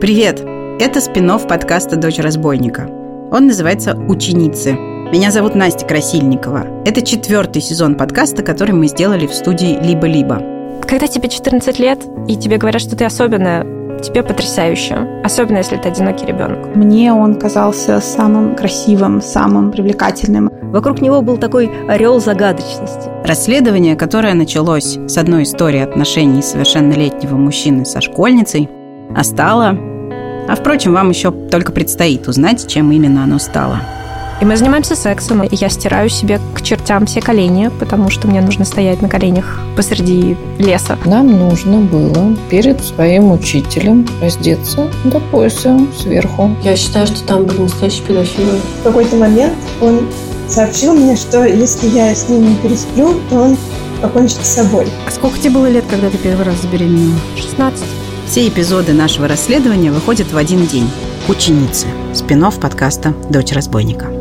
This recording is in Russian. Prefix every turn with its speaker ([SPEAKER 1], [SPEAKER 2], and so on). [SPEAKER 1] Привет! Это спин подкаста «Дочь разбойника». Он называется «Ученицы». Меня зовут Настя Красильникова. Это четвертый сезон подкаста, который мы сделали в студии «Либо-либо».
[SPEAKER 2] Когда тебе 14 лет, и тебе говорят, что ты особенная, тебе потрясающе. Особенно, если ты одинокий ребенок.
[SPEAKER 3] Мне он казался самым красивым, самым привлекательным.
[SPEAKER 4] Вокруг него был такой орел загадочности.
[SPEAKER 1] Расследование, которое началось с одной истории отношений совершеннолетнего мужчины со школьницей, а стало... А впрочем, вам еще только предстоит узнать, чем именно оно стало.
[SPEAKER 2] И мы занимаемся сексом, и я стираю себе к чертям все колени, потому что мне нужно стоять на коленях посреди леса.
[SPEAKER 5] Нам нужно было перед своим учителем раздеться до пояса сверху.
[SPEAKER 6] Я считаю, что там были настоящие педофилы.
[SPEAKER 7] В какой-то момент он сообщил мне, что если я с ним не пересплю, то он покончит с собой.
[SPEAKER 8] А сколько тебе было лет, когда ты первый раз забеременела?
[SPEAKER 2] 16.
[SPEAKER 1] Все эпизоды нашего расследования выходят в один день. «Ученицы» – спин подкаста «Дочь разбойника».